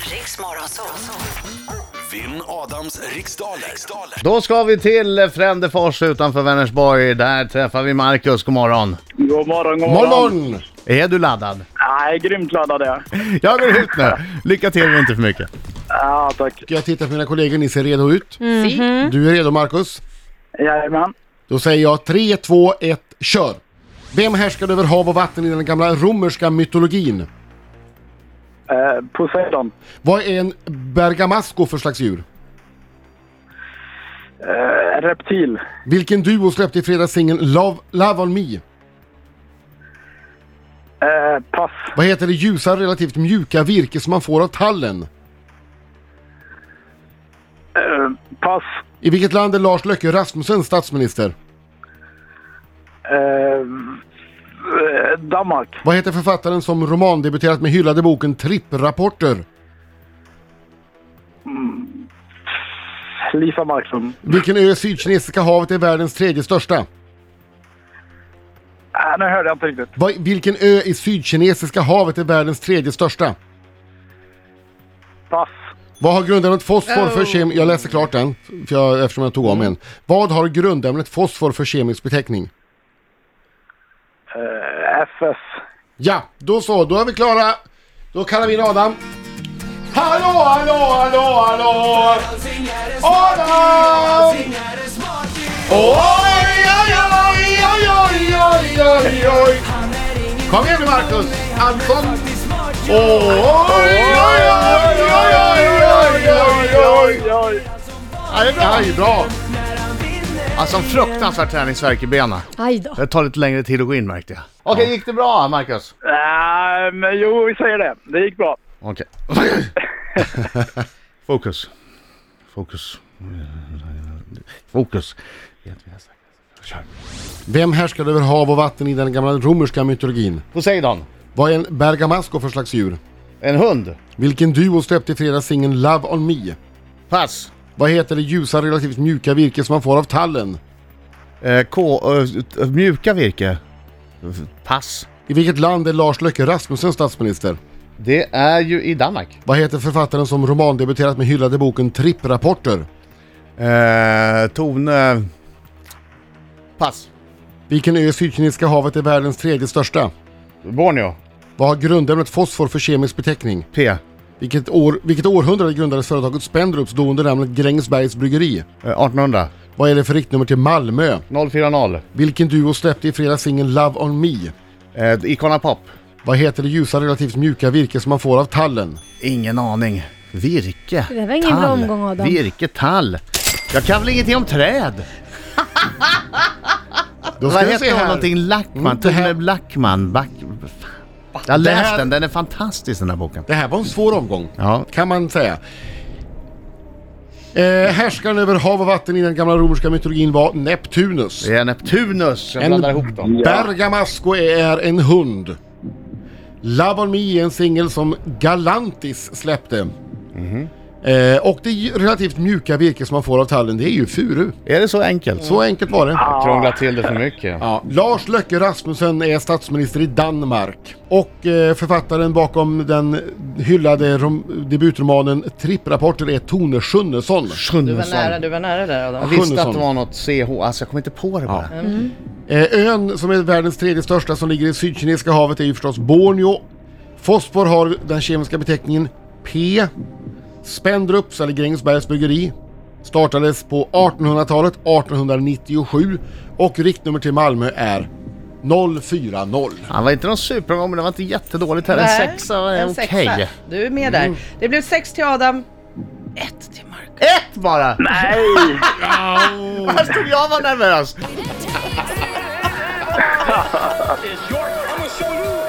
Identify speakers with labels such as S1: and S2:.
S1: Riks Morgonzoo.
S2: Vinn Adams riksdaler. riksdaler.
S3: Då ska vi till Frändefors utanför Vänersborg. Där träffar vi Marcus. God morgon.
S4: God morgon, god
S5: Morgon!
S3: Är du laddad?
S4: Nej, grymt laddad är jag.
S3: Jag går ut nu. Lycka till men inte för mycket.
S4: Ja, tack.
S5: Jag tittar på mina kollegor, ni ser redo ut.
S6: Si.
S5: Du är redo Marcus?
S4: Jajamän.
S5: Då säger jag 3, 2, 1, kör! Vem härskade över hav och vatten i den gamla romerska mytologin?
S4: Eh, Poseidon.
S5: Vad är en bergamasco för slags djur?
S4: Eh, reptil.
S5: Vilken duo släppte i fredags singeln Love, Love On Me?
S4: Eh, pass.
S5: Vad heter det ljusa relativt mjuka virke som man får av tallen?
S4: Eh, pass.
S5: I vilket land är Lars Løkke Rasmussen statsminister?
S4: Eh, eh, Danmark.
S5: Vad heter författaren som romandebuterat med hyllade boken Tripprapporter?
S4: Lisa Marklund.
S5: Vilken ö i Sydkinesiska havet är världens tredje största?
S4: Eh, nu hörde jag inte riktigt.
S5: Vad- Vilken ö i Sydkinesiska havet är världens tredje största?
S4: Pass.
S5: Vad har grundämnet fosfor för kem... Jag läser klart den, för jag, eftersom jag tog om en. Vad har grundämnet fosfor för kemisk beteckning?
S4: Eh, FS.
S5: Ja, då så, då är vi klara. Då kallar vi in Adam. Hallå, hallå, hallå, hallå! Adam! Oj, oj, oj, oj, oj, oj, oj, oj! Kom igen nu Marcus! Anton! Oj, oj, oj, oj, oj, oj, oj, oj! Ja, det är bra. Aj, bra!
S3: Alltså fruktansvärt träningsvärk i benen.
S6: Aj då.
S3: Det tar lite längre tid att gå in märkte jag. Okej, gick det bra Marcus?
S4: Eh, men jo, vi säger det. Det gick bra.
S3: Okej. Fokus. Fokus. Fokus. Kör.
S5: Vem härskade över hav och vatten i den gamla romerska mytologin?
S3: Poseidon.
S5: Vad är en bergamasco för slags djur?
S3: En hund.
S5: Vilken duo släppte i fredags singeln Love On Me?
S3: Pass.
S5: Vad heter det ljusa relativt mjuka virke som man får av tallen?
S3: Eh, K... eh, eh, mjuka virke. Pass.
S5: I vilket land är Lars Løkke Rasmussen statsminister?
S3: Det är ju i Danmark.
S5: Vad heter författaren som romandebuterat med hyllade boken Tripprapporter?
S3: Eh, Tone... Pass.
S5: Vilken ö i Sydkinesiska havet är världens tredje största?
S3: Borneo.
S5: Vad har grundämnet fosfor för kemisk beteckning?
S3: P. Eh,
S5: Vilket, år, vilket århundrade grundades företaget Spendrups då under namnet Grängesbergs Bryggeri?
S3: 1800.
S5: Vad är det för riktnummer till Malmö?
S3: 040.
S5: Vilken duo släppte i fredags singeln Love On Me?
S3: Eh, Icona Pop.
S5: Vad heter det ljusa relativt mjuka virke som man får av tallen?
S3: Ingen aning. Virke.
S6: Det var ingen bra omgång, Adam.
S3: Virke, tall. Jag kan väl ingenting om träd?
S5: Då
S3: Vad
S5: vi
S3: heter hon? Någonting Lackman?
S5: Mm, det
S3: Tone
S5: här-
S3: Lackman? Back... Jag har
S5: Det
S3: läst
S5: här-
S3: den, den är fantastisk den här boken.
S5: Det här var en svår omgång,
S3: Ja.
S5: kan man säga. Eh, härskaren över hav och vatten i den gamla romerska mytologin var Neptunus.
S3: Det är Neptunus, jag
S5: En-
S3: blandar ihop dem.
S5: Bergamasco är en hund. Love on me är en singel som Galantis släppte. Eh, och det relativt mjuka virke som man får av tallen, det är ju furu.
S3: Är det så enkelt?
S5: Så enkelt var det.
S3: Krångla till det för mycket.
S5: Ja, Lars Løkke Rasmussen är statsminister i Danmark och eh, författaren bakom den hyllade rom- debutromanen Tripprapporter är Tone Schunnesson.
S7: Du var nära, du var nära där
S3: Jag
S7: Adam. Mm.
S3: visste att det
S5: Sjunnesson.
S3: var något CH, alltså jag kom inte på det bara.
S5: Eh, ön som är världens tredje största som ligger i Sydkinesiska havet är ju förstås Borneo. Fosfor har den kemiska beteckningen P. Spendrups eller Grängesbergs bryggeri startades på 1800-talet 1897 och riktnummer till Malmö är 040.
S3: Han var inte någon superomgång men det var inte jättedåligt heller. En
S7: Nej,
S3: sexa är
S7: en sexa.
S3: okej. Mm.
S7: Du är med där. Det blev sex till Adam, ett till Marcus.
S3: Ett bara!
S4: Nej!
S3: Här stod jag och var nervös.
S8: is your. I'm gonna show you.